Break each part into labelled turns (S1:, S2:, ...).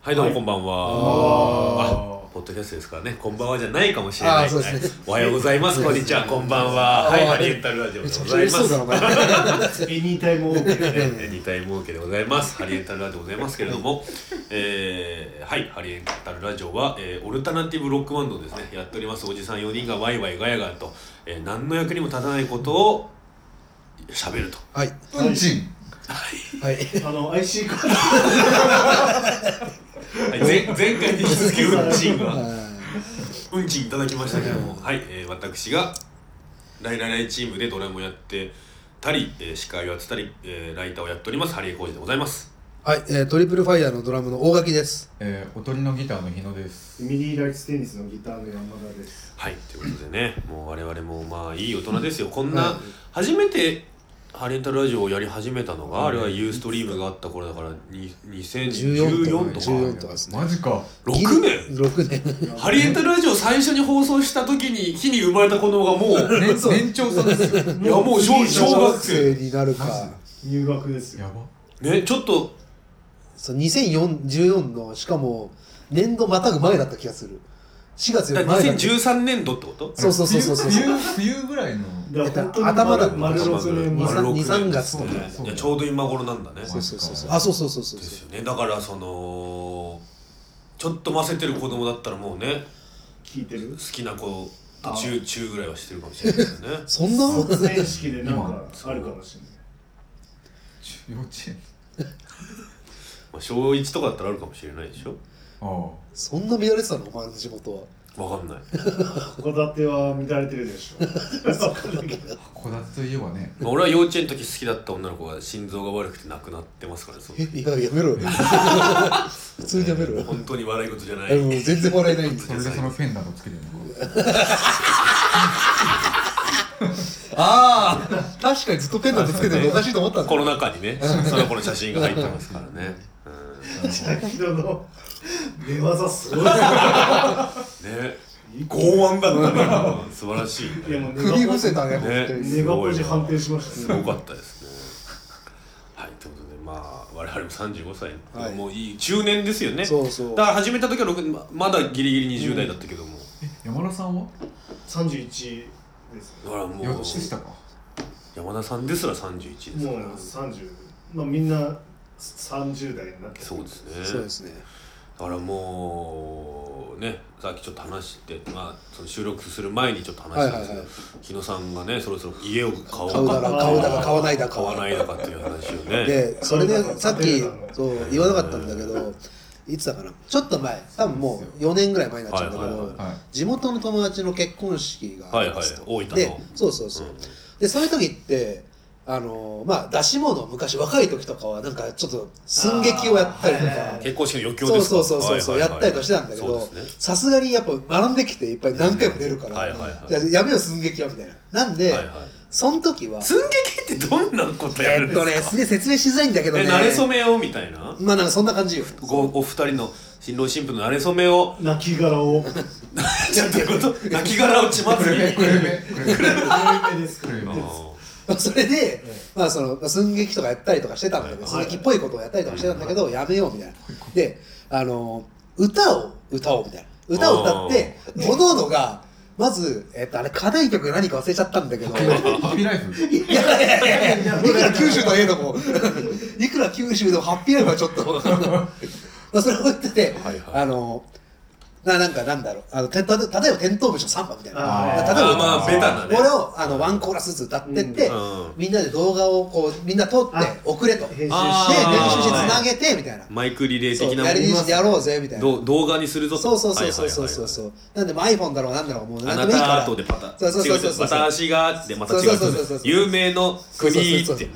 S1: はいどうもこんばんは。
S2: あ
S1: あポッドキャストですからね、こんばんはじゃないかもしれない。
S2: あーそうですね
S1: はいおはようございます、こんにちは、こんばんは。はい、ハリエンタルラジオで
S2: めちゃ
S1: ご
S2: くちゃ
S1: ざいま
S2: 嬉
S1: す。
S2: しそうだなお前
S3: エニタイムオーケー
S1: えー二体儲けでございます。ハリエンタルラジオでございますけれども、えーはい、ハリエンタルラジオは、えーオルタナティブロックバンドをですね、やっておりますおじさん4人がワイワイガヤガヤと、えー何の役にも立たないことを喋ると。
S2: はい
S4: うんちん
S2: はい
S3: あの IC カー
S1: はい、前前回に引き続きうんちんが、
S2: あ
S1: うんちんいただきましたけれども、はい、えー私が、ライライライチームでドラムをやってたり、えー司会をやってたり、えーライターをやっております、ハリエコージでございます。
S2: ーはい、えー、トリプルファイヤーのドラムの大垣です
S4: えー、踊りのギターの日野です
S3: ドミリーライツテニスのギターの山田です
S1: はい、ということでね、もう我々もまあいい大人ですよ。こん
S2: う、
S1: なん初めて、ハレンタルラジオをやり始めたのが、あれはユーストリームがあった頃だから、に2014とか、
S2: 14とかですね
S4: マ ジか
S1: 6年
S2: 6年
S1: ハリエンタルラジオ最初に放送した時に、日に生まれた子供がもう、
S4: 年年長さんですよ
S1: いやもう小小学生、
S2: になるか
S3: 入学ですよ
S4: やば
S1: ね、ちょっと、
S2: そう2014のしかも年度またぐ前だった気がする4月より前だった
S1: 2013年度ってこと
S2: そうそうそうそうそう
S4: 冬冬冬ぐらいの
S3: だから本当に
S2: 頭だ
S3: 丸6年
S2: 頭
S3: 前
S2: だ
S1: 丸六年
S2: 2 3月とか
S1: そういやちょうど今頃なんだね。
S2: そうそうそうそうあそうそうそうそう
S1: です
S2: そ
S1: よね。だから、その、ちょっとませてる子供だったらもうね、
S3: 聞いて
S1: 好
S3: る
S1: きな子と中中ぐらいはしてるかもしれない ですね
S2: うそんなもん
S3: 卒園式でなんかあるかもし
S4: 幼稚園
S1: まあ小一とかだったらあるかもしれないでしょ
S4: ああ
S2: そんな見られてたのお前の地元は
S1: わ かんない
S3: れない函館は乱れてるでしょわかんないけど
S4: 函館といえばね
S1: まあ俺は幼稚園の時好きだった女の子が心臓が悪くて亡くなってますからねその
S2: えいややめろよ 普通にやめろよ
S1: 本当に笑い事じゃない
S2: えもう全然笑えないんで
S4: それでそのペンダントつけてるの
S2: ああ確かにずっとペンダントつけてるのおかしいと思ったんだ
S1: この中にねその子の写真が入ってますから ねうん
S3: 人の寝技すごい
S1: ね剛腕だったね素晴らしい
S3: いやもう
S1: ね
S3: 寝
S2: 首
S3: 顔
S2: 伏せたね本当
S1: ね
S2: に
S3: 寝心地判定しました
S1: すごかったですねはいということでまあ我々も35歳、
S2: はい
S1: もういい中年ですよね
S2: そうそう
S1: だから始めた時は6ままだギリギリ20代だったけども、
S4: 山田さんは
S3: 31です
S1: だからも
S4: 4
S1: う
S4: つしたか
S1: 山田さんですら31です
S3: も
S1: か
S3: う
S1: ら
S3: 30まあみんな30代になってる
S1: そうですね
S2: そうですね
S1: だからもうねさっきちょっと話して、まあ、その収録する前にちょっと話したんですけど、
S2: はいは
S1: 日野さんがねそろそろ家を買おう
S2: 買うだ
S1: か
S2: ら
S3: あー
S2: 買うだら買わないだか
S1: 買わないだかっていう話をね
S2: でそれでさっ
S3: 買
S2: き
S3: うだろ
S2: そう言わなかったんだけどいつだかなちょっと前多分もう4年ぐらい前になっちゃうんだけ
S1: はいはい
S2: ど
S1: は
S4: はい
S2: 地元の友達の結婚式があ
S1: はい
S2: り
S1: は
S2: ま
S1: い
S2: すと
S1: 大分の
S2: でそうそうそう、
S1: うん
S2: でそういう時ってあのまあ出し物昔若い時とかはなんかちょっと寸劇をやったりと
S3: あーはいはい
S2: か
S3: はい
S1: 結婚式の余興
S2: そう
S1: ですか
S2: そうそうそうそう
S1: はい
S2: や
S1: は
S2: っ
S1: い
S2: た
S1: はい
S2: りとしてたんだけど
S1: そうですね
S2: さすがにやっぱ学んできていっぱい何回も出るから、
S1: はいはいはい
S2: じゃあやめよう寸劇はみたいななんで、
S1: はいはい
S2: その時は
S1: 寸劇ってどんなことや
S2: え
S1: るん
S2: っ
S1: です
S2: と
S1: か、
S2: ねすげえ説明しづらいんだけどね
S1: え慣れ初めをみたいな
S2: まあなんかそんな感じよ
S1: ごお二人の新郎新婦の慣れ初めを
S3: 泣き殻を
S1: ちょっということ泣き殻を血まつり
S4: これめこれめこれめ
S3: 有名です
S4: こ
S3: から
S4: れめ
S2: それで、まあそのまあ寸劇とかやったりとかしてたんだけど、
S1: はい
S2: 寸劇っぽいことをやったりとかしてたんだけど、やめようみたいな。で、あの歌を歌おうみたいな。歌を歌って、おののが、まず、えっと、あれ、課題曲何か忘れちゃったんだけど、いや
S4: ハッピーライフ
S2: いやいや いや、いくら九州のええのも、 いくら九州でもハッピーライフはちょ っと、まあそれを言ってて、
S1: はいはい
S2: あの、ななんかなんだろう、あのてた例えば、テントウムシのサンバみたいな。
S3: あ
S2: 例え
S3: ー
S2: ば、
S1: まあまあベタなね
S2: 俺をあのワンコーラスずつ歌ってって、
S1: うんうん
S2: みんなで動画をこうみんな撮って
S3: あ
S2: 送れとで
S3: 編集
S2: 練習
S1: あ
S3: して
S2: してつ
S1: ー
S2: なげてみたいな
S1: マイクリレー
S2: そう
S1: 的な
S2: やりにしてやろうぜみたいな
S1: どう動画にするぞと
S2: そうそうそうそうそうそうそう、なんでも iPhone だろうなんだろうもう
S1: は
S2: ない
S1: はいは
S2: ん
S1: い
S2: でもいいか
S1: あな
S2: ら
S1: たとでパタ
S2: そうそうそうそ
S1: 違
S2: う
S1: う私がでまた違う
S2: そうそうそうそう
S1: 有名の国ってね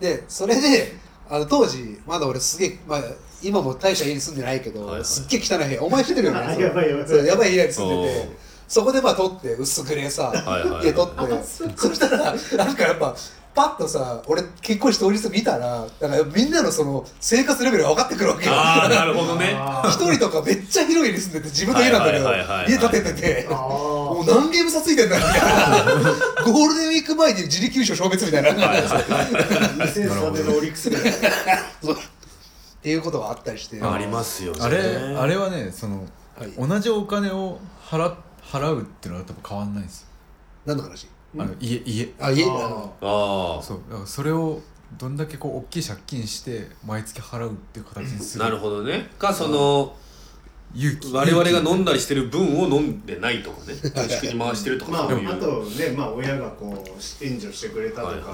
S2: でそれであの当時まだ俺すげえ、まあ、今も大した家に住んでないけど、
S1: はいはい
S2: すっげえ汚い部屋お前知ってるよね
S3: やばいやばい
S2: そうやばい部屋に住んで
S1: そう
S2: てそこでまあ撮って薄くれさ、
S1: いはいはい
S2: で撮ってそしたらなんかやっぱパッとさ俺結婚して当日見たらなんかみんなのその生活レベルが分かってくるわけよ
S1: ああなるほど ね
S3: あ
S2: 一人とかめっちゃ広い家に住んでて自分の家なんだけど
S1: はいはいはいはい
S2: 家建ててて
S3: あー
S2: もう何ゲーム差ついてんだみたいな ゴールデンウィーク前に自力優勝消滅みたいな
S3: 2003年のオリックスで
S2: そうっていうことがあったりして
S1: ありますよね
S4: あれあれはねその
S2: はい
S4: 同じお金を払払うっていうのは多分変わんないんですよ
S2: 何の話
S4: あの家家
S2: あ家
S3: あー
S2: あの
S1: ああ
S4: そうだからそれをどんだけこう大きい借金して毎月払うっていう形にする
S1: なるほどねかその
S4: 勇気
S1: 我々が飲ん
S4: だ
S1: だりしてる分を飲んでないとか ね自粛に回してると
S3: ま
S1: か
S3: あ、あ
S1: そういう
S3: とね、まあ、親がこう援助してくれたと
S1: は
S3: か、
S1: いはい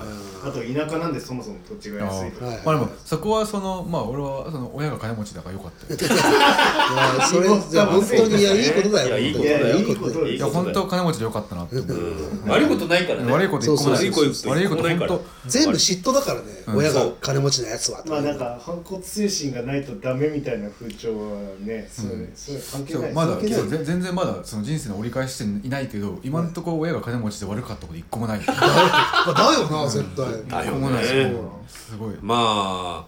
S3: あと田舎なんでそもそも土地が安いとか、
S2: はい
S4: まあでもそこはそのまあ俺はその親が金持ちだからよか ったよ
S2: いやそれじゃあ本当にいやいいことだよ
S1: いやいい
S2: 本
S1: ことだよ
S2: 当にいやいいことだよ
S4: いや本当金持ちでよかったなって思う
S1: うん悪いことないからね
S4: 悪いこと一個もない
S1: そうそうそう
S4: 悪いこと本当
S2: 全部嫉妬だからね
S4: うん
S2: 親が金持ちのやつは
S3: まあなんか反骨精神がないとダメみたいな風潮はね、そう
S4: うん
S3: そういう関係
S4: そ
S3: な
S4: う
S3: い
S4: まだ
S3: 関係ない
S4: そうぜ全然まだその人生の折り返ししていないけど今のところ親が金持ちで悪かったこと一個もない一
S2: まあだよな絶対
S1: だよ
S4: 個もない
S1: ね
S4: すごい
S1: ま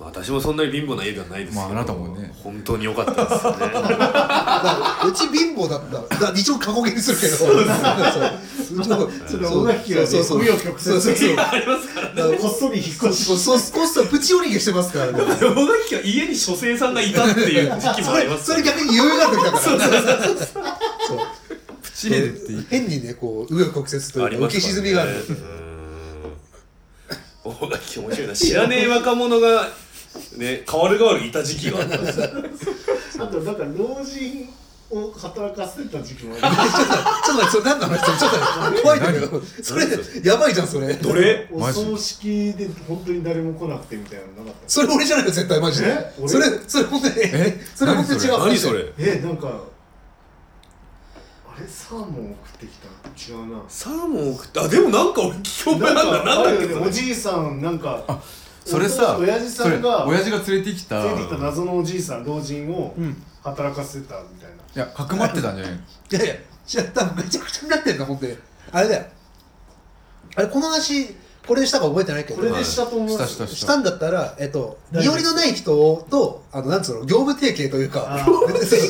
S1: あ私もそんなに貧乏な家ではないですけど、
S4: まああなたもね
S1: 本当に良かったですよね
S2: だからうち貧乏だっただから一応過去形にするけどそうそう
S3: それ大垣はね
S2: そうそう
S3: 紆余曲折
S2: そうそうそう
S1: ありますからね
S2: だから
S3: こっそり引っ越し
S2: そうそう少しさプチおにぎりしてますからね
S1: 小 垣は家に書生さんがいたっていう時期も
S2: そ
S1: あり
S2: れ
S1: ます
S2: それ逆に余裕がある時だからそう
S4: プチレでっていい
S2: 変にねこう紆余曲折と
S1: あ
S2: い
S1: り
S2: うか
S1: ま
S2: 浮き
S1: すから
S2: 沈
S1: ね
S2: みがある
S1: うーん大垣 面白いな知らねえ若者がね変わる変わるいた時期があったんですよ
S3: あとなんか老人を働かせてた時期もある
S2: ちょっとちょっと待ってそれ何の話ちょっと待って怖いんだけどそれやばいじゃんそれ
S1: 奴隷
S3: お
S4: マジ
S3: 葬式で本当に誰も来なくてみたいなのなかった
S2: それ俺じゃないよ絶対マジで
S3: え俺
S2: それそれ本当に
S4: え
S2: それ本当に違う
S1: 何それ
S3: えなんかあれサーモン送ってきた違うな
S1: サーモン送ってあでもなんか俺聞き覚えなんだなん
S3: あ
S1: だっ
S3: る
S1: け
S3: よねおじいさんなんか
S4: それさ
S3: 親父さんが
S4: それ親父が連れてきた
S3: 出てきた謎のおじいさん老人を
S4: うん
S3: 働かせてたみたいない
S4: やかくまってたんじゃない
S2: いやいやじゃあ多分めちゃくちゃになってんだ本当にあれだよあれこの話これしたか覚えてないけど
S3: これでしたと思う
S4: したした
S2: したんだったら、えっと、
S3: 大
S2: 身
S3: 丈夫
S2: 寄りのない人をと、あの、なんつうの、業務提携というか、
S3: あー
S2: そうそう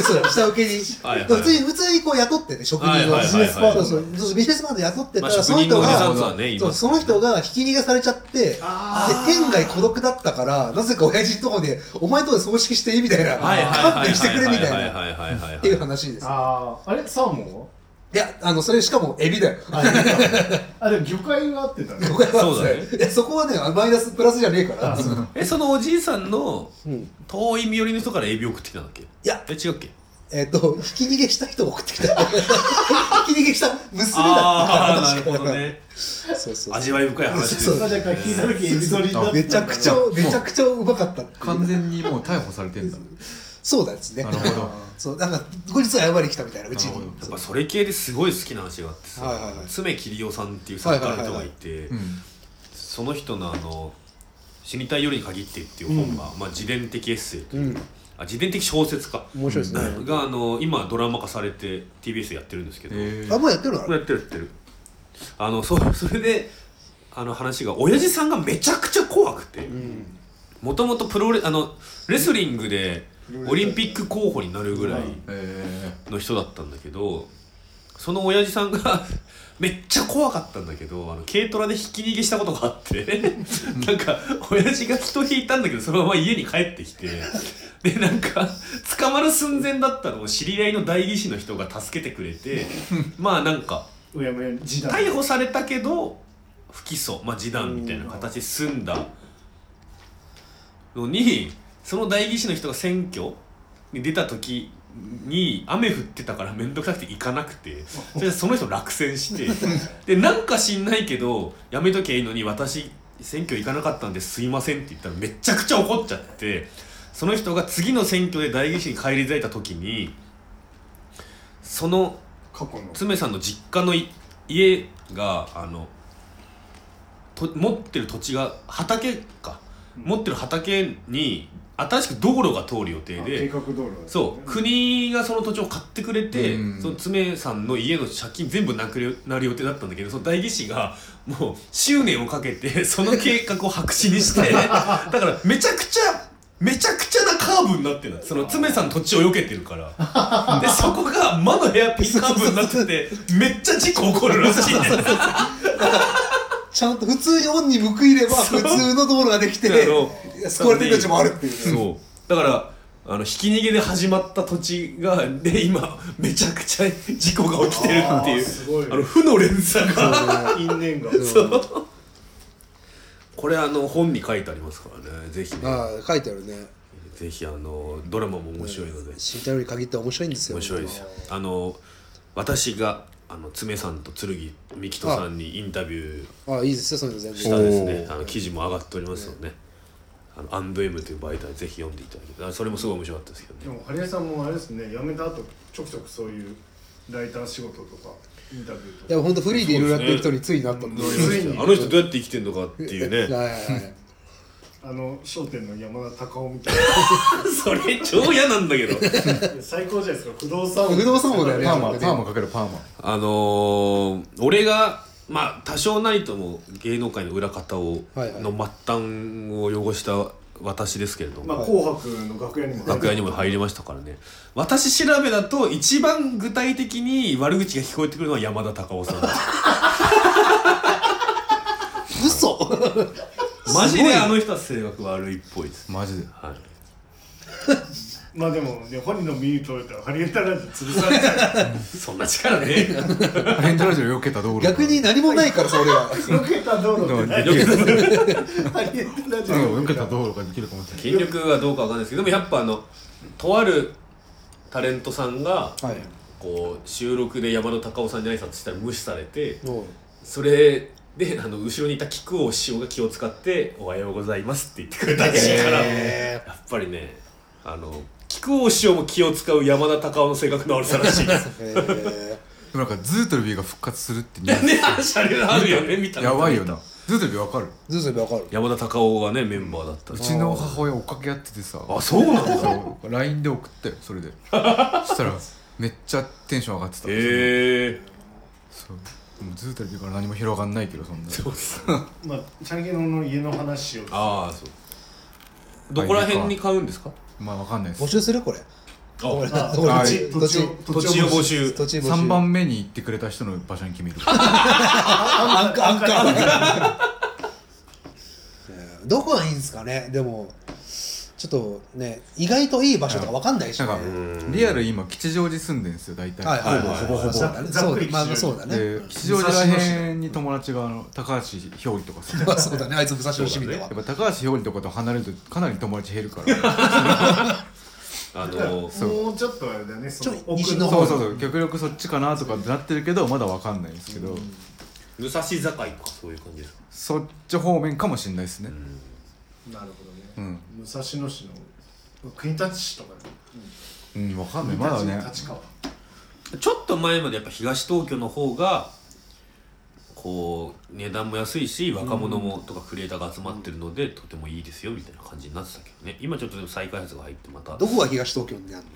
S2: そう下請けに。
S1: はいはい
S2: 普通に、普通にこう雇ってね、職人を。
S1: はいはいはいはい
S2: ビジネスパートナーそうそうビジネスパートナー雇ってた
S1: ま
S2: ら、
S1: あ、
S2: そ
S1: 職
S2: の
S1: 人
S2: 人
S1: のおじさ
S2: が、
S1: んとはねい
S2: そ
S1: ま
S2: う
S1: す
S2: その人がひき逃げされちゃって、で
S3: あー
S2: 天外孤独だったから、なぜか親父のとこで、お前のとこで葬式していいみたいな、
S1: はいはい
S2: 勘
S1: はいはい
S2: 弁してくれみ
S1: はい
S2: たい
S1: は
S2: な、
S1: いはいはいはい
S2: っていう話です。
S3: あーあれサーモン はい
S2: や、あの、それしかもエビだよ。
S3: あでも魚介が合ってたね
S2: 僕は
S1: そうだね
S2: いやそこはね、マイナスプラスじゃねえから
S3: あ。そう
S1: えそのおじいさんの
S2: うん
S1: 遠い身寄りの人からエビ送ってきたんだっけい
S2: や
S1: え違うっけ
S2: えっ、と、ひき逃げした人を送ってきた。 ひき逃げした娘だった
S1: ああーな
S2: 確
S1: る
S2: か
S1: ほどね
S2: そうそう
S1: 味わい深い話です
S2: そう
S3: まあだから聞いた時エビ反りだったんだ
S2: めちゃくちゃ、めちゃくちゃうまかったっていう
S4: 完全にもう逮捕されてん だ
S2: そうだですね
S4: な。るほど
S2: そう、なんか、後日謝りに来たみたいな、うち
S4: なる
S2: に
S4: ほ。
S1: やっぱそれ系ですごい好きな話があってさ、
S2: はいはいはい
S1: 爪桐夫さんっていう作家の人がいて、
S4: うん
S1: その人のあの「死にたい夜に限って」っていう本が、まあ、自伝的エッセイというか、あ自伝的小説か
S2: 面白いですね。
S1: があの今ドラマ化されて TBS やってるんですけど、
S4: え
S2: あ、
S4: ー
S2: もうやってるの
S1: これやってるやってるあのそう それであの話が親父さんがめちゃくちゃ怖くて
S2: うん。
S1: もともとプロレあのレスリングでオリンピック候補になるぐらい
S4: え
S1: の人だったんだけどその親父さんが めっちゃ怖かったんだけどあの軽トラでひき逃げしたことがあってなんか親父が人引いたんだけどそのまま家に帰ってきてでなんか捕まる寸前だったのを知り合いの代議士の人が助けてくれてまあなんか
S3: うやむやに時代
S1: 逮捕されたけど不起訴、まあ、示談みたいな形で済んだのにその代議士の人が選挙に出た時に雨降ってたから面倒くさくて行かなくてそれでその人落選してでなんか知んないけどやめときゃいいのに私選挙行かなかったんですいませんって言ったらめちゃくちゃ怒っちゃってその人が次の選挙で代議士に返り咲いた時にその
S3: 過去の
S1: つめさんの実家のい家があのと持ってる土地が畑か持ってる畑に新しく道路が通る予定
S3: あ計
S1: で
S3: 画道路だね
S1: そう国がその土地を買ってくれて
S4: うん
S1: そのつめさんの家の借金全部なくなる予定だったんだけどその代議士がもう執念をかけて その計画を白紙にして だからめちゃくちゃめちゃくちゃなカーブになってるのそのつめさんの土地を避けてるから。 でそこが魔のヘアピンカーブになっててめっちゃ事故起こるらしいね
S2: ちゃんと普通にオンに報いれば
S1: そう
S2: 普通の道路ができて
S1: あの
S2: 救われてる命もあるっていうね
S1: そうだからあのひき逃げで始まった土地がで今めちゃくちゃ事故が起きてるってい
S3: あーすごいう
S1: あの負の連鎖が
S3: 因縁が
S1: これあの本に書いてありますからねぜひね
S2: ああ書いてあるね
S1: ぜひあのドラマも面白いので
S2: 慎太郎に限って面白いんですよ
S1: 面白いですよあの私があの爪さんと剣幹人さんにインタビュー
S2: ああいいですよそういうの全
S1: し
S2: 然
S1: たですね
S4: おー
S1: あの記事も上がっておりますので、ね、あのアンド M という媒体ぜひ読んでいただけたらそれもすごい面白かったですけ
S3: で
S1: どね
S3: もハリエさんもあれですね辞めた後ちょくちょくそういうライター仕事とかインタビューと
S2: い
S3: か
S2: や本当フリーでいろいろやってる人についになったんで
S3: そうですすねついに
S1: あの人どうやって生きてんのかっていう
S2: はい
S1: ね
S2: はいはい
S3: あの『笑点』の山田隆夫みたい
S1: それ超嫌なんだけど
S3: ないや最高じゃないですか不動産王
S2: 不動産王だよね
S4: パーマパーマかけるパーマ
S1: あのー俺がまあ多少なりとも芸能界の裏方を
S2: はいはい
S1: の末端を汚した私ですけれども、
S3: まあ紅白の楽屋にもね
S1: 楽屋にも入りましたからね私調べだと一番具体的に悪口が聞こえてくるのは山田隆夫 さんです
S2: 嘘
S1: マジであの人は性格悪いっぽいです、
S4: マジで
S1: はい、
S3: まあでもね本人の耳取れたらハリエタラジオ潰されちゃう
S1: そんな力ね
S4: レンタルジオ避けた道路
S2: 逆に何もないからさ俺は
S3: ロケた道路ってない
S4: 避けた
S3: ハリエタラジオ
S4: 避けた道路ができるかもしれない
S1: 筋力はどうかわかんないですけどでもやっぱあのとあるタレントさんが
S2: はい
S1: こう収録で山田隆夫さんに挨拶したら無視されて
S2: もう
S1: それであの後ろにいた菊王師匠が気を使って「おはようございます」って言ってくれたらしいからや
S2: へ
S1: っぱりねあの菊王師匠も気を使う山田隆夫の性格の悪さら しいです
S2: えー
S4: でもなんかズートルビーが復活するってニュー
S1: ねあシャレがあるよねみたいな
S4: やばいよなズートルビーわかる
S2: ずうずうわかる
S1: 山田隆夫がねメンバーだった
S4: うちの母親追っかけやっててさ
S1: あそうなんだ
S4: そう LINE で送ったよそ れでそしたらめっちゃテンション上がってた
S1: へえ
S4: そうもうズートルビーから何も広がんないけどそんな
S1: そうっす
S3: まあチャンケンの家の話を
S1: ああそうどこら辺に買うんですか
S4: まあわかんないで
S2: 募
S4: す
S2: 集するこれ
S1: あ
S2: 俺
S3: あ
S2: 俺
S4: はい
S3: 土地を
S1: 土地を募集
S2: 土地募集
S4: 3番目に行ってくれた人の場所に決める
S2: アンカーアンカーアンカー どこがいいんですかねでもちょっとね意外といい場所とかわかんないし
S4: な
S2: ね
S4: んか
S1: ん
S4: リアル今吉祥寺住んでんですよ大体
S2: はいはい
S4: ほぼ
S2: はい
S4: ほぼほぼ
S2: そうだね
S3: ざっくり
S2: そうだまあそうだね
S4: で吉祥寺らへんに友達があの高橋ひょうりとかさや
S2: まあ そうだねあいつ武蔵野市民だわ
S4: っぱ高橋ひょうりとかと離れるとかなり友達減るから
S1: あの
S4: そう
S3: もうちょっとあれだよねその
S2: ちょ
S3: 奥
S2: 西の
S3: の
S4: そ
S2: 方
S4: うそうそう極力そっちかなとかってなってるけどまだわかんないですけど、
S1: 武蔵境とかそういう感じですか
S4: そっち方面かもしれないですね、
S3: なるほどね、
S4: うん
S3: 武蔵野市の国立市とかね
S4: うん、わかんない、まだね。
S3: 立川
S1: ちょっと前までやっぱ東東京の方がこう値段も安いし若者もとかクリエイターが集まってるのでとてもいいですよみたいな感じになってたけどね今ちょっとでも再開発が入ってまた
S2: どこが東東京にあるの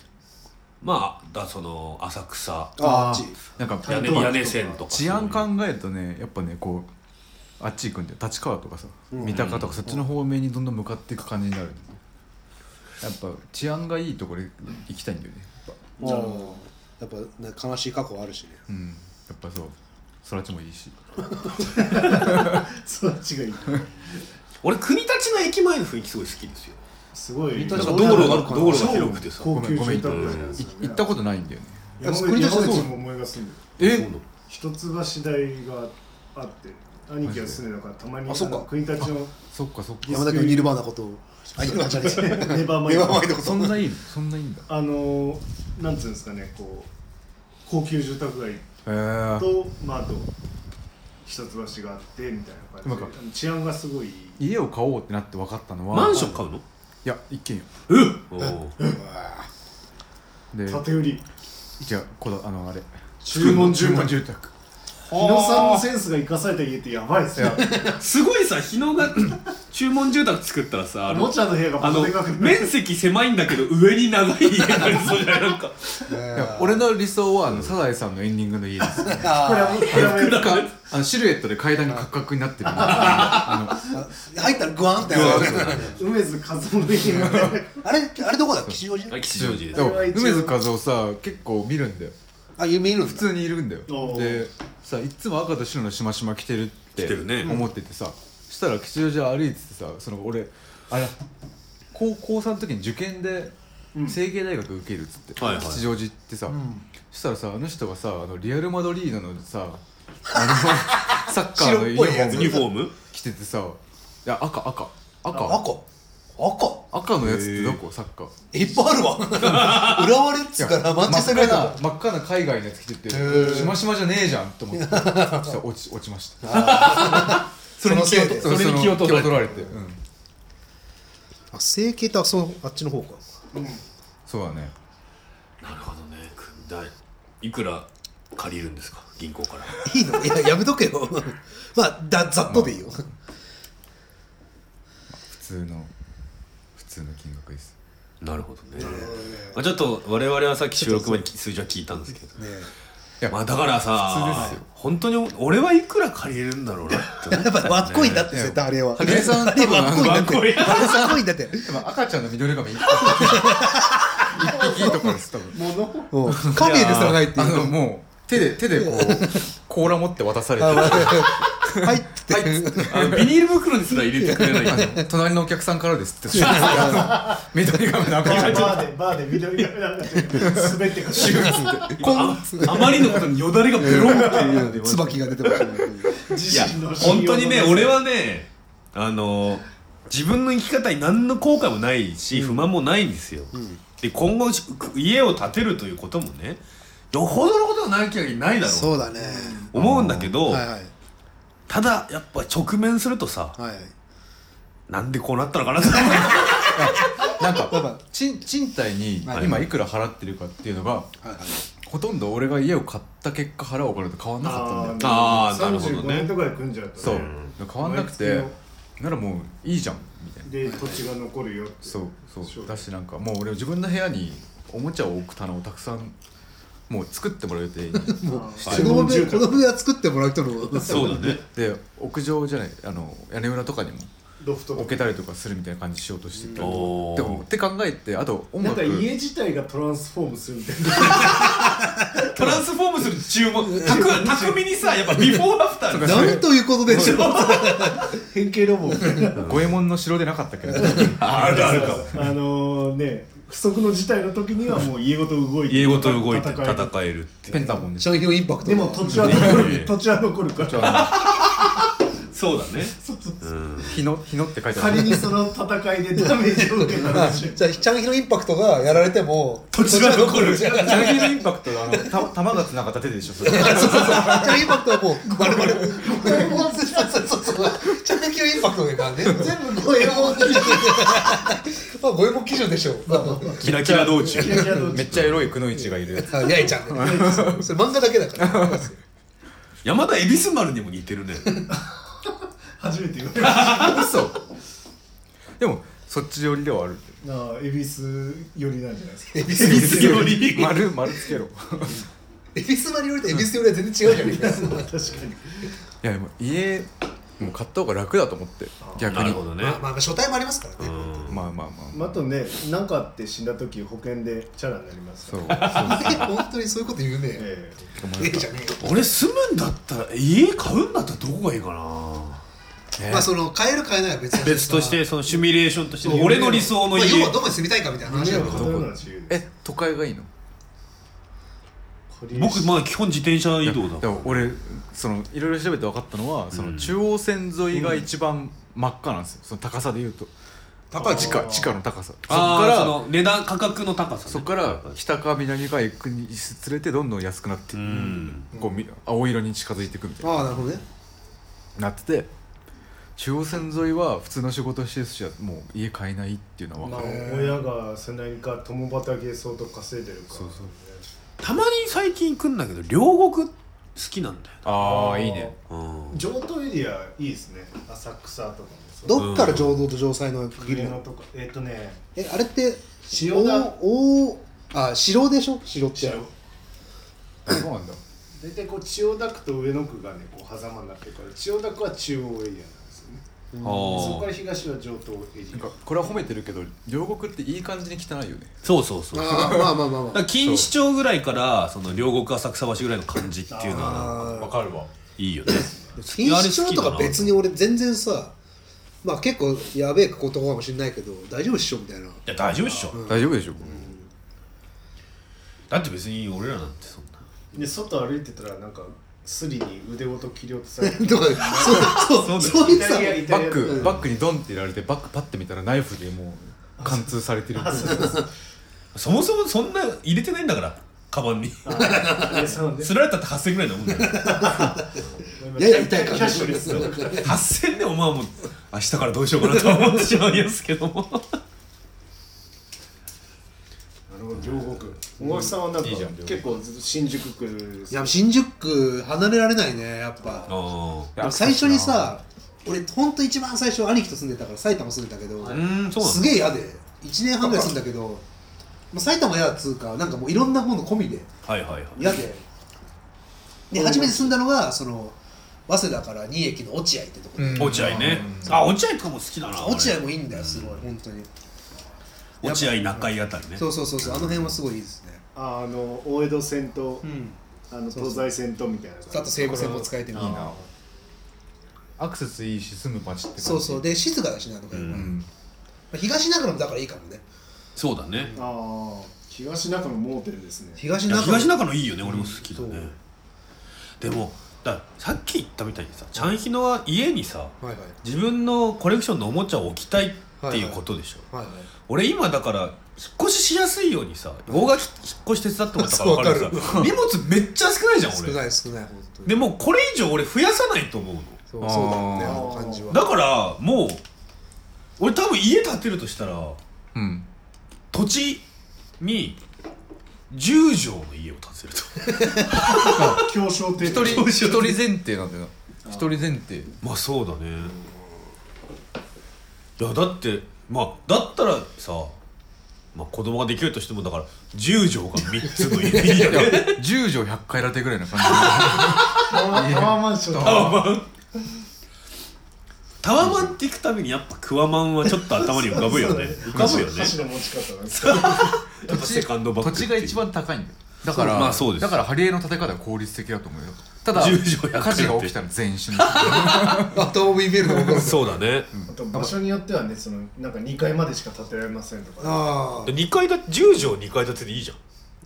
S1: まあだその浅草
S2: ああっち
S4: なんか、
S1: 屋
S4: やっ
S1: 根
S4: ぱ
S1: 屋根線とか
S4: 治安考えるとね、やっぱね、こう。あっち行くんで、立川とかさ、三鷹とか、そっちの方面にどんどん向かっていく感じになる。やっぱ治安がいいところ行きたいんだよね。やっ
S2: あ
S4: ぱ
S2: ーやっぱ、ね、悲しい過去はあるしね
S4: うん、やっぱそう。空地もいいし。
S3: 育ちがいい
S1: 俺国立の駅前の雰囲気すごい好きですよ
S3: すごい
S2: 国
S1: なん
S2: 立
S1: か道路が道路が広くてさ
S3: 高級住宅街なんです
S4: い
S3: よね
S4: 行ったことないんだよね。
S3: 山口
S2: 国立
S3: 山
S2: そう
S3: 口も思いが住んでる
S1: そうなの
S3: 一橋大があって兄貴が住んでるからたまに
S2: あそっか
S3: の国立の
S4: そっか、そっか。
S2: 山田君ニルバーナことをあニルバーナじゃねえ
S3: ネバーマイ
S2: ネ
S3: ンド
S2: バーマインドこと
S4: そんないいの、そんないいんだ。
S3: あのーなんつうんですかねこう高級住宅街
S4: へえ。
S3: とまああと一橋があってみたいな感じで
S4: なんか
S3: あの治安がすごいいい
S4: 家を買おうってなって分かったのは。
S1: マンション
S4: い
S1: 買うの
S4: や、一軒よ。
S1: おー
S4: で、
S3: 縦売り
S4: じゃ、こだ、あの、あれ。
S3: 注文住宅
S4: 住宅。
S3: 日野さんのセンスが生かされた家ってやばいです
S4: い
S3: よ
S4: や
S1: すごいさ日野が注文住宅作ったらさ
S3: お
S1: あ
S3: も
S1: の
S3: ちゃの部屋が
S1: あの
S3: バカでかくて
S1: 面積狭いんだけど上に長い家がありそうじゃないなん か
S4: いや俺の理想はあのサザエさんのエンディングの家で す、ね、
S3: これは
S2: あ
S3: もうこれはもう
S4: なんかあのシルエットで階段がカクカクになってるあ
S2: ー入ったらグワンってや
S4: の
S2: る
S3: 梅津和夫の家みたいな
S2: あれあれどこだ吉祥寺
S1: 吉祥寺です
S4: でも梅津和夫さ結構見るんだよ
S2: あ有名いるんだ
S4: 普通にいるんだよ
S3: おー
S4: でさいっつも赤と白のしましま着てる
S1: 来てるね
S4: 思っててさしたら吉祥寺歩いててさその俺あれ高高3の時に受験で
S3: うん
S4: 成蹊大学受けるっつって、
S1: はいはい
S4: 吉祥寺行ってさ、
S2: うん
S4: そしたらさあの人がさあのリアル・マドリードの さあのサッカーのユニ
S2: 白
S4: フ
S2: っぽいや
S4: ォ
S2: つ
S1: ユ
S4: ー
S1: ニ
S4: ム
S1: フォーム
S4: 着ててさいや赤赤赤
S2: 赤赤
S4: 赤のやつってどこサッカー
S2: いっぱいあるわ 浦和レッズからマンチェスター
S4: 真
S2: ユナイテッ
S4: っ
S2: ド
S4: 赤な真っ赤な海外のやつ着てて
S2: ー
S4: しましまじゃねえじゃんと思ってそしたら落ち落ちました
S2: それに気を取っ
S4: そ
S2: て
S4: れに気を取られて、うん、
S5: あ整形ってあそうあっちの方か
S4: そうだね
S1: なるほどねくだいいくら借りるんですか銀行から
S2: いいのいややめとけよ まあだざっとでいいよ
S4: 普通の普通の金額です
S1: なるほどねまあ、ちょっと我々はさっき収録前に数字は聞いたんですけど
S4: いや
S1: まあだからさ
S4: 普通ですよ
S1: 本当に俺はいくら借りれるんだろうなって思
S2: やっぱ和っこいんだって
S4: いや
S2: 絶対あれは
S4: 羽生さん
S2: あれ
S4: 多分
S2: 和っこいんだって
S1: 和っこい
S2: 和っこいんだって
S4: でも赤ちゃんの緑髪一匹一匹とかです多分
S2: うん影ですらないって
S4: あ
S2: いう
S4: のもう手で手でこう甲羅持って渡されて
S2: あはいっつって
S1: あのビニール袋にすら入れてくれない
S4: あの隣のお客さんからですって緑髪の赤ちゃん
S3: バーでバーで緑がなんか滑ってくる
S1: ああまりのことによだれがブロンって いう
S2: 椿が出てましたね
S1: い
S3: 自
S1: や
S3: 身の
S1: 本当にね俺
S3: は
S1: はねあの自分の生き方に何の後悔もないし、不満もないんですよ、で今後し家を建てるということもねよほどのことがないきゃないだろ
S2: そううだね
S1: 思うんだけど、
S2: はいはい
S1: ただやっぱ直面するとさ
S2: はい
S1: なんでこうなったのかなって思う
S4: なんか賃賃貸に
S2: はい
S4: 今いくら払ってるかっていうのが
S2: はいはい
S4: ほとんど俺が家を買った結果払うお金と変わんなかったんだよ
S1: あーなるほどね
S3: 35年とかで組んじゃうとね
S4: そう変わんなくて
S3: 毎月
S4: ならもういいじゃんみたいな
S3: で土地が残るよって
S4: そうそ
S3: そうう
S4: だしなんかもう俺自分の部屋におもちゃを置く棚をたくさんもう作ってもらう予定に
S3: も
S2: 子供部屋子供部屋作ってもらう人 の
S1: そうだね
S4: で屋上じゃないあの屋根裏とかにも
S3: ロフトと
S4: 置
S3: か
S4: けたりとかするみたいな感じしようとしてたり
S1: おー
S4: でもって考えてあと音
S3: なん
S4: 楽
S3: か家自体がトランスフォームするみたい
S1: トランスフォームする注文たく巧みにさやっぱビフォーアフター
S2: なんということでしょう
S3: な変形ロボみたいな
S4: 五右衛門の城でなかったけど
S1: あるあるか
S3: あのね不測の事態の時にはもう家ごと動いて
S1: 家ごと動いて
S3: 戦える
S1: 戦えるって
S4: ペンタゴンでしょ
S2: 商品のインパクト
S3: でも土地は残る
S1: ね
S3: 土地は残るから
S1: そうだね
S4: 日の日のって書いてある
S3: 仮 にその戦いでダメージを受けたら
S2: あ
S3: しい
S2: じゃあチャンヒのインパクトがやられても
S1: 土地は残る
S2: 土地は
S4: ジャギーのインパクトがあのた 弾がつながった手でしょそれ
S2: そうそうそう。チャンヒのインパクトはもう丸々。 そうそうそう。チャンヒのインパクトがね全部五右衛門基準。 まあ五右衛門基準でしょう。まあま
S1: キラキラ道中
S3: キラキラの
S4: めっちゃエロいくのいちがいるや つ
S2: ああ八重ちゃんね。それ漫画だけだから。
S1: 山田恵比寿丸にも似てるね
S3: 初めて 言われました
S4: 嘘でもそっち寄りではある
S3: ああ恵比寿寄りなんじゃないですか
S2: 恵比寿
S1: 寿寄り
S4: 丸丸つけろい
S2: 恵比寿マリオリと恵比寿よりは全然違うじゃない ですか。
S3: 確かに
S4: やでも家もう買った方が楽だと思って逆
S1: な
S4: に
S1: るほどね
S2: まあまあ初対もありますからね。
S4: まあまあまあ、
S3: まああとね何かあって死んだ時保険でチャラになりますか
S4: そ う
S3: ら
S4: そう
S2: 本当にそういうこと言うね。
S3: ええ
S2: ええじゃねえよ。
S1: 俺住むんだったら家買うんだったらどこがいいかな
S2: まあその買える買えないは別として
S1: 別としてそのシミュレーションとして
S3: そう
S1: 俺の理想の
S2: まあ
S1: 家
S2: 要はどこに住みたいかみたいな話
S3: 夢
S2: だ
S3: を
S2: けど
S3: 語るのは自由で
S4: え都会がいいの
S3: す
S1: 僕まあ基本自転車移動だ
S4: でも俺そのいろいろ調べて分かったのは、その中央線沿いが一番真っ赤なんですよその高さでいうと
S2: 高い
S4: 地下地下の高さそっ
S1: あ
S4: から
S1: ーその値段価格の高さね
S4: そっから北か南か行くにつれてどんどん安くなって
S1: うん
S4: こうみ青色に近づいていくみたい
S2: ああなるほどね。
S4: ななってて中央線沿いは普通の仕事してる人はもう家買えないっていうのは分
S3: ま
S4: か
S3: あ
S4: る、
S3: 親が世代か共働きで相当稼いでるからそうそう
S1: たまに最近行くんだけど両国好きなんだよ
S4: ああーいいね
S1: うん
S3: 上等エリアいいですね浅草とかもそう
S2: どっから浄土と浄斎の区切り
S3: 上
S2: なの
S3: 野とかえっとね
S2: えあれって
S3: 塩
S2: お
S3: だ
S2: おあ城でしょ城って
S3: 塩
S4: そうなんだ
S3: 大体こう千代田区と上野区がねこう狭間になってるから千代田区は中央エリアなんですよね
S1: あ
S3: そこか
S1: ー
S3: ら東は上等エリ
S4: なん
S3: ア
S4: かこれは褒めてるけど両国っていい感じに汚いよね
S1: そうそうそうだか
S2: ああまあまあまあまあ
S1: ら錦糸町ぐらいからその両国浅草橋ぐらいの感じっていうのは
S4: わかるわ
S1: いいよね
S2: 錦糸町とか別に俺全然さまあ結構やべえことかもしれないけど大丈夫っしょみたいな
S1: や大丈夫っしょ、
S4: 大丈夫でしょ
S1: だって別に俺らなんてそんな
S3: で外歩いてたらなんかスリに腕ごと切り落とされて
S2: とかそうそうそういうさ
S3: イ
S4: バ
S3: タリア
S4: ッ
S3: う
S4: ク
S3: ん
S4: バックにドンって入れられてバックパッて見たらナイフでもう貫通されてる
S3: あそうそうそう
S1: そもそもそんな入れてないんだからカバンに
S3: でそのね
S1: すられたって8000ぐらいだ もんね
S2: やや痛い感じ
S3: キャッシュレスだから
S1: 8000でお前はもう明日からどうしようかなと思ってしまうんですけど も
S3: なるほど、両国。大橋さんはなんか
S1: いいじゃん両国
S3: 結構ずっと新宿区
S2: いや新宿区離れられないねやっぱ
S1: あ
S2: でも最初にさ俺ほんと一番最初兄貴と住んでたから埼玉住んでたけど、
S1: あうーんそうなん
S2: すげえ嫌で1年半ぐらい住んだけど、まあ、埼玉嫌だっつうかなんかもういろんなもの込みで
S1: はいはいはい
S2: 嫌でで初めて住んだのがその早稲田から2駅の落合ってとこで、
S1: 落合ねあ落合とかも好きだな俺
S2: 落合もいいんだよすごい本当に
S1: 落合中井あたりね
S2: そうそうそうそうあの辺はすごいいいですね
S3: あの大江戸線と
S2: うん
S3: あの
S2: そうそう
S3: 東西線とみたいな感じ。
S2: あと西武線も使えてる
S4: いいなアクセスいいし住む街って感じ
S2: そうそうで静かだしなあの辺は、
S1: う
S2: ま
S4: ん
S2: あ東中野もだからいいかもね
S1: そうだね
S3: ああ、東中野盲点ですね。
S2: 東
S1: いや
S2: 中野
S1: 東中野いいよね俺も好きだね、
S2: うん
S1: でもださっき言ったみたいにさちゃんひのは家にさ
S2: はいはい
S1: 自分のコレクションのおもちゃを置きたいっていうことでしょ、
S2: はいはい
S1: 俺今だから引っ越ししやすいようにさ大垣引っ越し手伝ってもらったから分かるさ荷物めっちゃ少ないじゃん
S2: 少
S1: 俺
S2: ない少ない本当に
S1: でもこれ以上俺増やさないと思うの
S2: そうそうだよね
S4: あ
S2: あ
S4: ー
S2: の感じは
S1: だからもう俺多分家建てるとしたら
S4: うん
S1: 土地に10畳の家を建てると
S3: 京商店
S4: 一人一人前提なんだよな一人前提
S1: まあそうだねいやだってまあだったらさまあ子供ができるとしてもだから10畳が3つの家に
S4: いや10畳100階建てぐらいな感じ
S3: タワータワーマンション
S1: タワ
S3: だ。
S1: マン タワマンって行くたびにやっぱクワマンはちょっと頭に浮かぶよね浮かぶよね
S3: 箸の持ち方なんです
S1: やっぱセカンドバッグ
S4: 土地が一番高いんだよだから、
S1: まあそうです
S4: だからハリエの建て方は効率的だと思うよただ
S1: 10畳100
S4: 火事が起きたら全身
S2: アトムイベルの方が
S1: そうだね
S3: あと場所によってはね、そのなんか2階までしか建てられませんとか。
S2: ああ
S1: 2階だ10畳2階建てでいいじゃ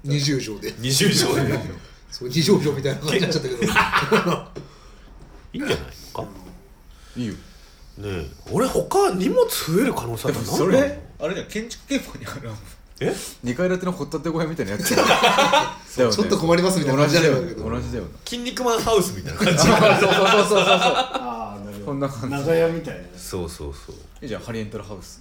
S1: ん
S2: 20畳で
S1: 20畳 で
S2: そう二畳表みたいな感じになっちゃったけど
S1: いいんじゃないのかね
S4: いいよ
S1: え俺他荷物増える可能性あるの
S6: それあれだよ建築憲法にある
S1: え
S4: 2階建てのホッタテ小屋みたいなやつだよね
S2: ちょっと困りますみたいな感じじゃない
S4: 同
S2: け
S4: じだ
S2: ど
S4: よ同じだよ
S1: 筋肉マンハウスみたいな 感じ
S4: なそうそうそうそうそう
S3: ああ、なる
S4: そ
S3: ほ
S4: んな感
S3: ど。
S4: じ
S3: 長屋みたいなね。
S1: そうそうそう
S4: いいじゃんハリエントルハウス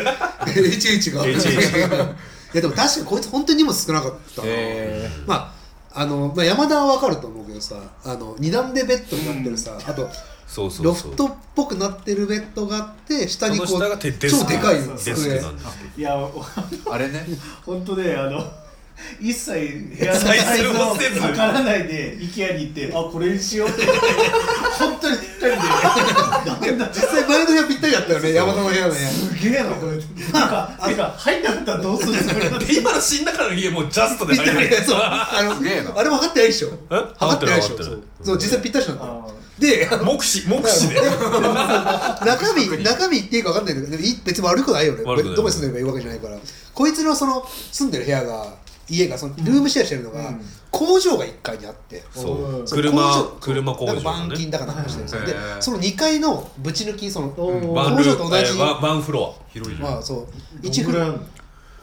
S2: HH が
S1: HH
S2: いやでも確かにこいつ本当に荷物少なかったな、
S4: え
S2: まああのまあ、山田は分かると思うけどさあの2段でベッドになってるさ、あと
S1: そうそうそう
S2: ロフトっぽくなってるベッドがあって下にこう
S1: その下がデスク
S2: 超でかい
S3: あ
S1: デスク
S2: 机
S1: なんですけど
S3: いや、
S4: ー、あれ ね
S3: 本当ね、あの、 一切部屋の
S1: サイズ
S3: サイズを
S1: をせず
S3: 測らないで、IKEA に行って、あ、これにしようって、本当にぴったりで、なんだ、
S2: 実際前の部屋ぴったりだったよね山田の部 屋のね
S3: すげえな、これ。なんか、なんか、入んなかったらどうするんですか
S1: で今の死んだからの家もうジャストで
S2: ぴった
S1: 入
S2: り
S1: れる
S2: だよそうあの
S4: げえな
S2: あれも測ってないでしょ測ってないでし
S1: 測
S2: ょ
S1: って
S2: そ
S1: ないう
S2: そう実際ぴったりしなか
S3: あ
S2: ったで
S1: 目視 目視で
S2: 中身、中身言っていいか分かんないけど、でもいい別に悪くないよね。
S1: 悪くない
S2: どこに住んでればいいわけじゃないから。こいつのその、住んでる部屋が、家が、その、ルームシェアしてるのが、
S3: うん
S2: 工場が1階にあって。
S1: そう
S2: その
S1: 車車工場
S2: なんか
S1: の
S2: 板金
S1: ね
S2: だから話してるんですよ。で
S4: へー、
S2: その2階のぶち抜き、その、工
S1: ワンル
S2: 場と同
S1: ー
S2: じ、
S1: ムワンワンフロア
S4: 広いじゃん、
S2: まあそう、一
S3: ぐ
S2: フ
S3: らいあ
S2: ロ
S3: ん
S2: ア
S3: の。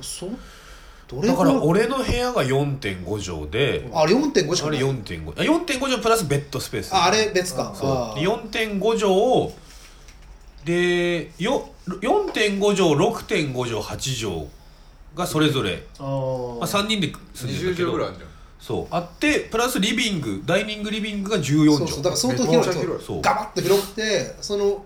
S2: そうどれ
S1: だ
S2: ぐ
S1: からら
S2: い
S1: 俺の部屋が4.5畳で
S2: あれ4.5し
S1: あ
S2: か
S1: れ
S2: ない。
S1: 4.5あ4.5畳プラスベッドスペース
S2: ああれ別か。あー
S1: 4.5畳をでよ4.5畳6.5畳8畳がそれぞれ、
S3: あ
S1: まあ、
S3: ー
S1: 3人で住んでるんだけ
S4: 20畳
S1: ど
S4: ぐらいあるじゃん
S1: そうあってプラスリビングダイニングリビングが14
S2: そう
S1: 畳
S2: そう、だから相当広い。
S4: めっちゃ広い
S2: そ
S1: そうう
S2: ガバッと広くて、その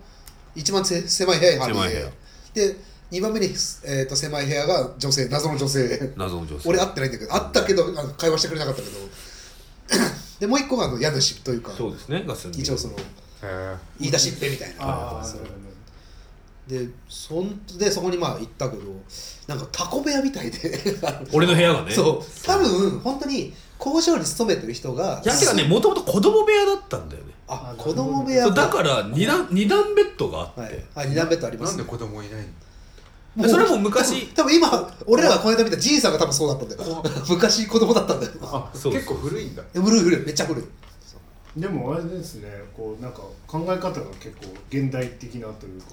S2: 一番せ狭い部屋に入って
S1: 狭い部屋
S2: で、2番目に、えー、と狭い部屋が女性、謎の女性。
S1: 謎の女性
S2: 俺会ってないんだけど、会ったけど、あの会話してくれなかったけど。 で、もう一個があの家主というか、
S1: そうですねが住んでる
S2: 一応その、
S4: へ
S2: 言い出しっぺみたいな。
S3: あー、
S2: そう
S3: なるほどね
S2: で、そんで、そこにまあ行ったけど、なんかタコ部屋みたいで、
S1: 俺の部屋がね
S2: そう、多分、本当に工場に勤めてる人が、
S1: やけがねもともと子供部屋だったんだよね
S2: あ
S3: あ
S2: 子供部屋
S1: そう
S2: も
S1: だから二段二段ベッドがあって、
S2: はい、あ二段ベッドありま
S5: なん
S2: す
S5: で子供いないの
S2: もう
S1: それも昔
S2: 多分今俺らがこの間見たじいさんが多分そうだったんだよ昔子供だったんだよ
S5: あ
S1: そう
S5: 結構古いんだ
S2: え古い古いめっちゃ古い
S3: でもあれですねこうなんか考え方が結構現代的なというか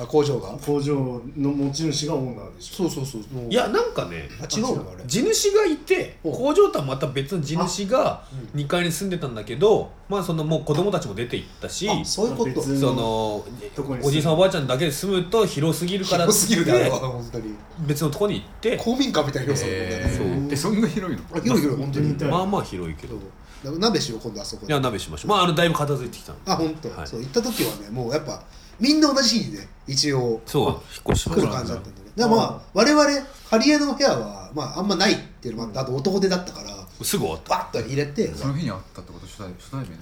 S2: あ工場が
S3: 工場の持ち主がオーナーでしょ
S2: そうそうそうもう
S1: いやなんかね
S2: あ違うのあれ
S1: 地主がいて
S2: お
S1: 工場とはまた別の地主が2階に住んでたんだけどまあそのもう子供たちも出て行ったし
S2: あそういうこと
S3: 別
S1: その
S3: とこに住んで
S1: おじいさんおばあちゃんだけで住むと広すぎるからっ
S2: 広
S1: て
S2: すぎるであれは本当に
S1: 別のとこに行って
S2: 公民館みたいな広さだもん
S4: え
S2: ね
S1: そう
S4: ーえそんな広いの
S2: あ広い広い本当に
S3: みたい
S1: ま
S3: な
S1: あまあ広いけど
S2: そう鍋しよう今度あそこ
S1: い
S2: で
S1: や鍋しましょうまああのだいぶ片付いてきたの
S2: あ本当、
S1: はい
S2: そう行った時はねもうやっぱみんな同じ日にね一応
S1: そう引っ越しま
S2: 来
S1: し
S2: る
S1: た
S2: 感じだったんでねだからまあ我々ハリエの部屋はまああんまないっていうのもあってあと男手だったから
S1: すぐ終わった
S2: バッと入れて
S4: その日に会ったってこと初対初対面で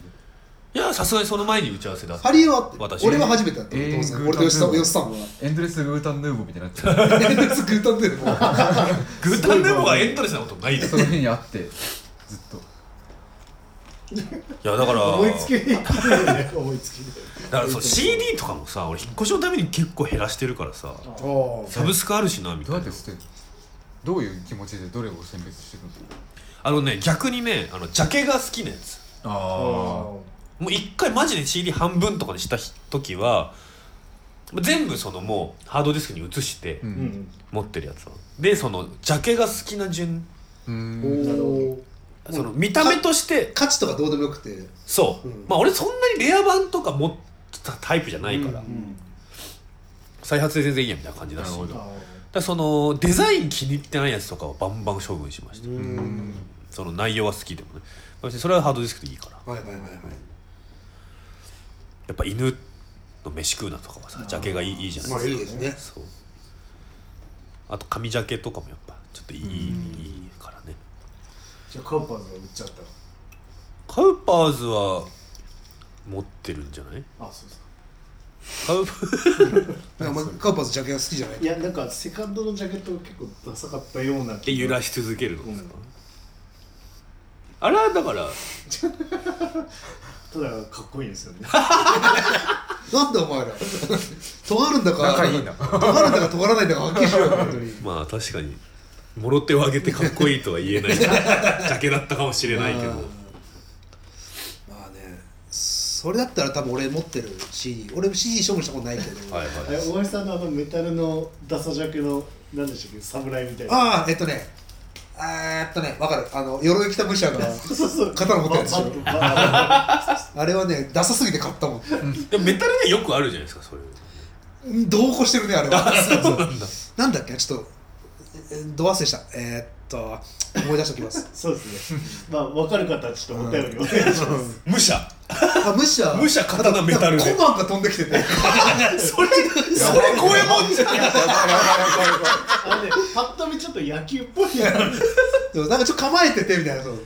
S1: いやさすがにその前に打ち合わせだった
S2: ハリエは
S1: 私
S2: 俺は初めてだったの
S4: えー
S2: 当然
S4: グー
S2: 俺と吉さん
S4: グー
S2: 吉さんは
S4: エンドレスグータンヌーボーみたいになっちゃう
S2: 連列グータンでる
S1: グータンでもがエントレスなことないです
S4: その日に会ってずっと
S1: いやだから
S3: 思いつきで思いつきで
S1: だからそう CD とかもさ俺引っ越しのために結構減らしてるからさ
S3: あ
S1: サブスクあるしなみ
S4: どう
S1: たい
S4: やっ
S1: な
S4: て捨てるのどういう気持ちでどれを選別していくの
S1: あのね逆にねあのジャケが好きなやつ
S4: あ
S1: もう一回マジで CD 半分とかにした時は全部そのもうハードディスクに移して
S3: うんん
S1: 持ってるやつは、でそのジャケが好きな順
S4: うん
S3: なるほ
S1: その見た目として
S2: 価値とかどうでもよくて
S1: そう、まあ俺そんなにレア版とか持ったタイプじゃないから、
S3: うん
S1: 再発で全然いいやみたいな感じだし
S4: なるほど
S1: だか
S3: あ
S1: らそのデザイン気に入ってないやつとかをバンバン処分しました、
S4: うん
S1: その内容は好きでもね別にそれはハードディスクでいいから
S2: はいはいはいはい
S1: やっぱ犬の飯食うなとかはさジャケがいいいいじゃない
S2: ま
S1: で
S2: あ
S1: すか
S2: いいですね
S1: そうあと紙ジャケとかもやっぱちょっといい,、いいからね
S3: じゃあカーパーズは売っちゃっ
S1: カウパーズは持ってるんじゃない
S3: たあそうですか
S1: カウパーズ
S2: なんかまあカーパーズジャケが好きじゃない
S3: いやなんかセカンドのジャケットが結構ダサかったような
S1: で揺ら
S3: し
S1: し続けるのですか、
S3: うん
S1: あれはだから
S3: ただかっこいいですよね
S2: なんだお 前ら尖るんだか
S4: 仲いいな
S2: 尖るんだか尖らないんだかはっきりしろよ本当に
S1: まあ確かにもろ手を上げてかっこいいとは言えない ジャケだったかもしれないけど
S2: まあねそれだったら多分俺持ってる CD 俺 CD 処分したことないけど、
S1: はい
S3: あれ
S1: はい
S3: 大橋さんのあのメタルのダサジャケの何でしたっけ侍みたいな
S2: ああえっとねあーっとねわかるあの鎧着た武者が
S3: そうそうそう
S2: 刀持ってるやつでしょ
S3: バババ
S2: あれはねダサすぎて買ったもん
S1: でもメタルでよくあるじゃないですかそれ
S2: 同行してるねあれは
S1: そうなんだ
S2: なんだっけちょっとえーど忘れしたえーっと思い出しておきます
S3: そうですねまあ分かる方はちょっとお便りお願いします、
S1: 武者
S2: あ武者
S1: 武者刀メタルで
S2: コマンが飛んできてて
S1: それそれ怖えもんじゃん
S3: あのねパッと見ちょっと野球っぽいやつ
S2: でもなんかちょっと構えててみたいなそう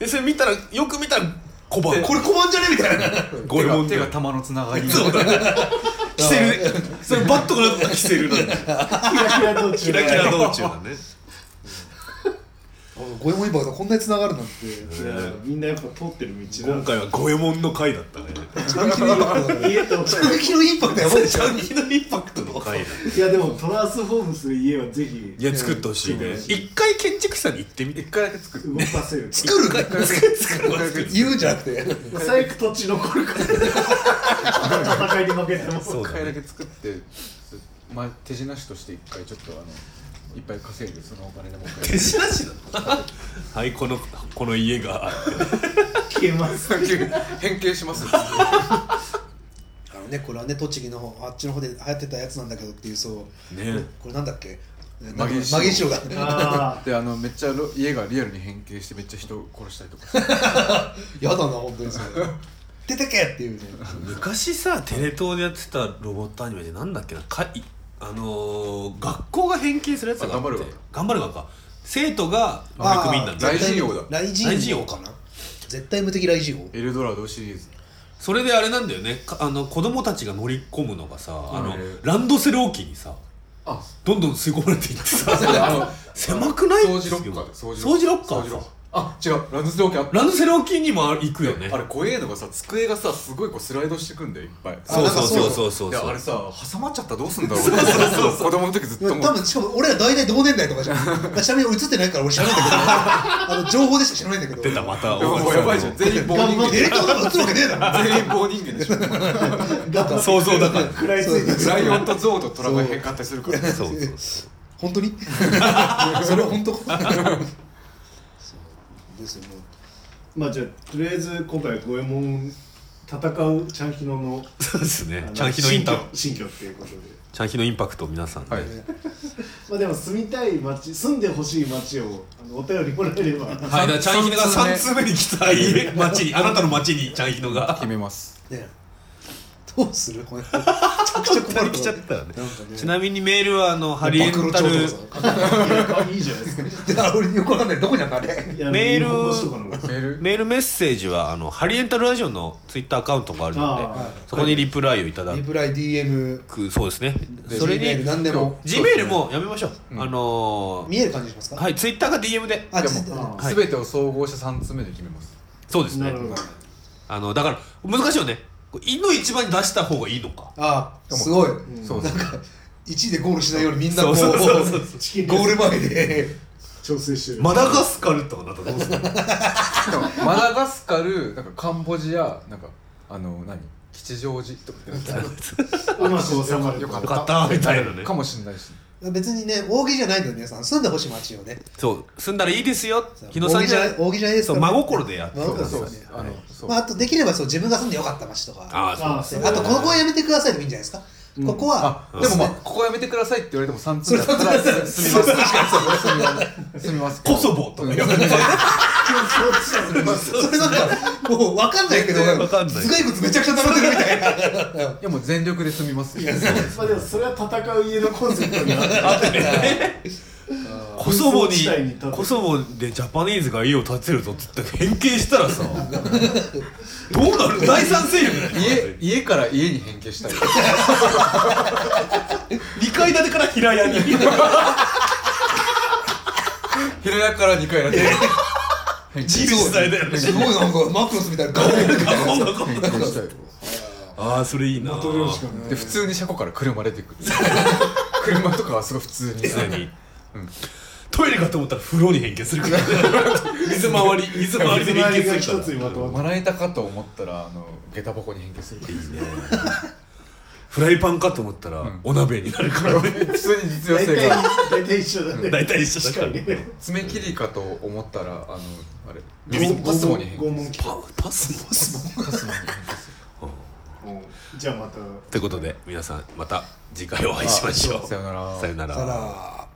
S1: でそれ見たらよく見たら小判
S2: これコマンじゃねみたいな
S1: ゴルモン
S4: 手
S1: だよ
S4: が手が玉のつながり
S1: キセルそれバットからキセルなんだよ
S3: キラキラ道中
S1: キラキラ道中だね
S2: 五右衛門一派がこんなに繋がるなんて
S3: みんなやっぱ通ってる道だ
S1: 今回は五右衛門の回だったね
S2: 短期のインパクトだね
S3: 家と
S2: 短期のインパクトやばいでしょ
S1: 気のインパクトの回だ
S3: いやでもトランスフォームする家はぜひ
S1: いや作ってほしいね一回建築士さんに行ってみて
S4: 一回だけ作る
S3: 動かせる
S2: 作るか
S1: 作るわ作る
S2: 言うんじゃなくて
S3: 最悪土地残るから戦いに負けても
S1: そう
S4: 一
S1: だ
S4: 回だ
S1: ね
S4: け作ってまあ手品師として一回ちょっとあのいっぱい稼いでそのお金でもう一
S1: 手品師だなはいこのこの家が
S3: 消えます
S4: 回変形します
S2: あのねこれはね栃木の方あっちの方で流行ってたやつなんだけどっていうそう
S1: ね
S2: これなんだっけ
S4: マギーシロ
S2: マギーシロだ
S3: あ
S4: であのめっちゃロ家がリアルに変形してめっちゃ人を殺したりとか
S2: やだな本当にそれ出てけっていうね
S1: 昔さテレ東でやってたロボットアニメでなんだっけなかいあのー学校が変形するやつがあって
S4: あ頑張るわ
S1: 頑張るわか生徒が
S2: あー
S1: 悪民なんだ
S4: ライジオだ
S2: ライジ
S1: ライジ
S2: オ
S1: オ
S2: かな絶対無敵ライジオ
S4: エルドラドシリーズ
S1: それであれなんだよねかあの子供たちが乗り込むのがさあの
S4: うん
S1: ランドセル置きにさ
S4: あ
S1: どんどん吸い込まれていってさ
S4: あの
S1: 狭くない
S4: 掃除ロッカーだ
S1: 掃除ロッカー
S4: 掃除ロッカー
S1: さ
S4: あ違うランドセル置きあった
S1: ランドセル置きにもあ行くよね
S4: あれ怖えのがさ机がさすごいこうスライドしてくんだよいっぱい
S1: そうそうそうそうそう
S4: で
S1: そう
S4: あれさ挟まっちゃったらどうすんだろうそうそう子供の時ずっと
S2: 多
S4: 思う
S2: 分しかも俺ら大体同年代とかじゃ んまあちなみに映ってないから俺知らないん だけどあの情報でしか知らないんだけど
S1: 出たまた
S4: でももうやばいじゃん全員棒
S2: 頑
S4: 人
S2: 張っ
S4: 間
S2: てディレクターとか映るわけねえだ ろ
S4: 全員棒人間でしょ
S1: 想像だから
S3: 食らいついて
S4: ライオンとゾウとトラが変化ったりするからね
S1: そう そう
S2: 本当にそれは 本当そうですよもう
S3: まあじゃあとりあえず今回五右衛門戦うちゃんひのの
S1: そうですね
S3: あ
S1: ちゃんひのインタ
S3: 新居新居っていうことで
S1: ちゃんひのインパクトを皆さんね、
S4: はい
S3: まあでも住みたい街住んでほしい街をあのお便りもらえれば
S1: はい、だからチャンヒノが
S4: 三
S1: 3通目に来た 家町にあなたの町にチャンヒノが
S4: 決めます
S2: ねどうするこれめちゃくちゃ困る
S1: 来ちゃったよね
S2: なんかね
S1: ちなみにメールはあのハリエン
S2: 暴露
S1: タ
S2: 帳
S1: ル
S2: とかさ
S3: いいじゃないですか
S2: であ俺よくわかんないどこにあんのあれ
S3: いや
S1: メール
S3: 日本語とかの
S4: メール
S1: メールメッセージはあのハリエンタルラジオのツイッターアカウントがあるので
S3: あ
S1: そこにリプライをいただ
S2: リプライ DM
S1: くそうですねそれ
S2: メール
S1: に
S2: 何でも
S1: G メールもやめましょう、
S4: うん
S1: あのー
S2: 見える感じにしますか
S1: はいツイッターが DM で
S2: あ
S4: でも
S2: つあ
S1: はい
S4: 全てを総合して3つ目で決めます
S1: そうです
S3: な
S1: ね
S3: るほど
S1: あのだから難しいよね「い」の一番に出した方がいいのか
S2: あすごい
S4: そうそう
S2: 1位でゴールしないようにみんなこう
S1: そうそうそう
S3: チキン
S2: ゴー
S3: ル
S2: ル前で
S3: 調整してる
S1: マダガスカルとかなったらどうする
S4: でもマダガスカルなんかカンボジアなんかあの何吉祥寺とかってなって
S3: うまく収まる
S4: よか
S1: よかったみたいなね
S4: かもしれないし
S2: 別にね大喜利じゃないので皆さん住んでほしい街をね
S1: そう住んだらいいですよ日野さん
S2: 大喜利
S1: じ
S2: じゃ
S1: ゃ
S2: ない大喜利じゃないです
S1: そ
S2: か
S1: う
S2: ら
S1: 真心でやって
S2: 真心です
S4: そ
S2: よ
S4: う
S2: ね
S4: あのそう
S2: まああとできればそう自分が住んでよかった街とか
S1: ああそう
S3: ああそう
S2: あとこの公園やめてくださいでもいいんじゃないですか、ここは
S4: あでもまあここやめてくださいって言われても3つ目だったらすみますすみます
S1: コソボとか言われて
S2: それなんかもう分かんないけど
S1: 全然わかんない
S2: 頭蓋骨めちゃくちゃ並んでるみたいない
S4: やもう全力で済みますよ
S3: まあでもそれは戦う家のコンセプトに合って
S1: コソボ
S3: 紛争地帯に立
S1: に
S3: て
S1: コソボでジャパニーズが家を建てるぞっつって変形した らさどうなる第三勢力だよ
S4: 家家から家に変形したい
S1: 2階建てから平屋 に
S4: 平屋から2回やって変形
S1: 自由自在だよね
S2: すごいなんかマクロスみたいな顔
S4: 変形したい
S1: ああそれいいな
S3: 戻るしかない
S4: で普通に車庫から車出てくる車とかはすごい普通に
S1: 普通にトイレかと思ったら風呂に変形する からね水回り水回りで変
S3: 水回りが
S1: 形す
S3: 一
S1: る
S3: つに
S1: か
S3: まとまっ
S4: まな板かと思ったらあの下駄箱に変形する
S1: らいいねフライパンかと思ったら
S4: ん
S1: お鍋になるからね
S4: 普通に実用
S3: 大
S4: 性
S3: 体
S4: が
S3: 大体一緒だね
S1: 大体一緒だから
S3: 確
S1: ね
S3: か
S4: 爪切りかと思ったらあのあれ
S3: に
S4: ビビパスモに変
S3: 拷
S4: 形
S3: 問器
S1: パパスモスモ
S4: パスモに変形する
S3: じゃあまた
S1: ということで皆さんまた次回お会いしましょう
S4: あさよなら
S1: さよなら
S2: だから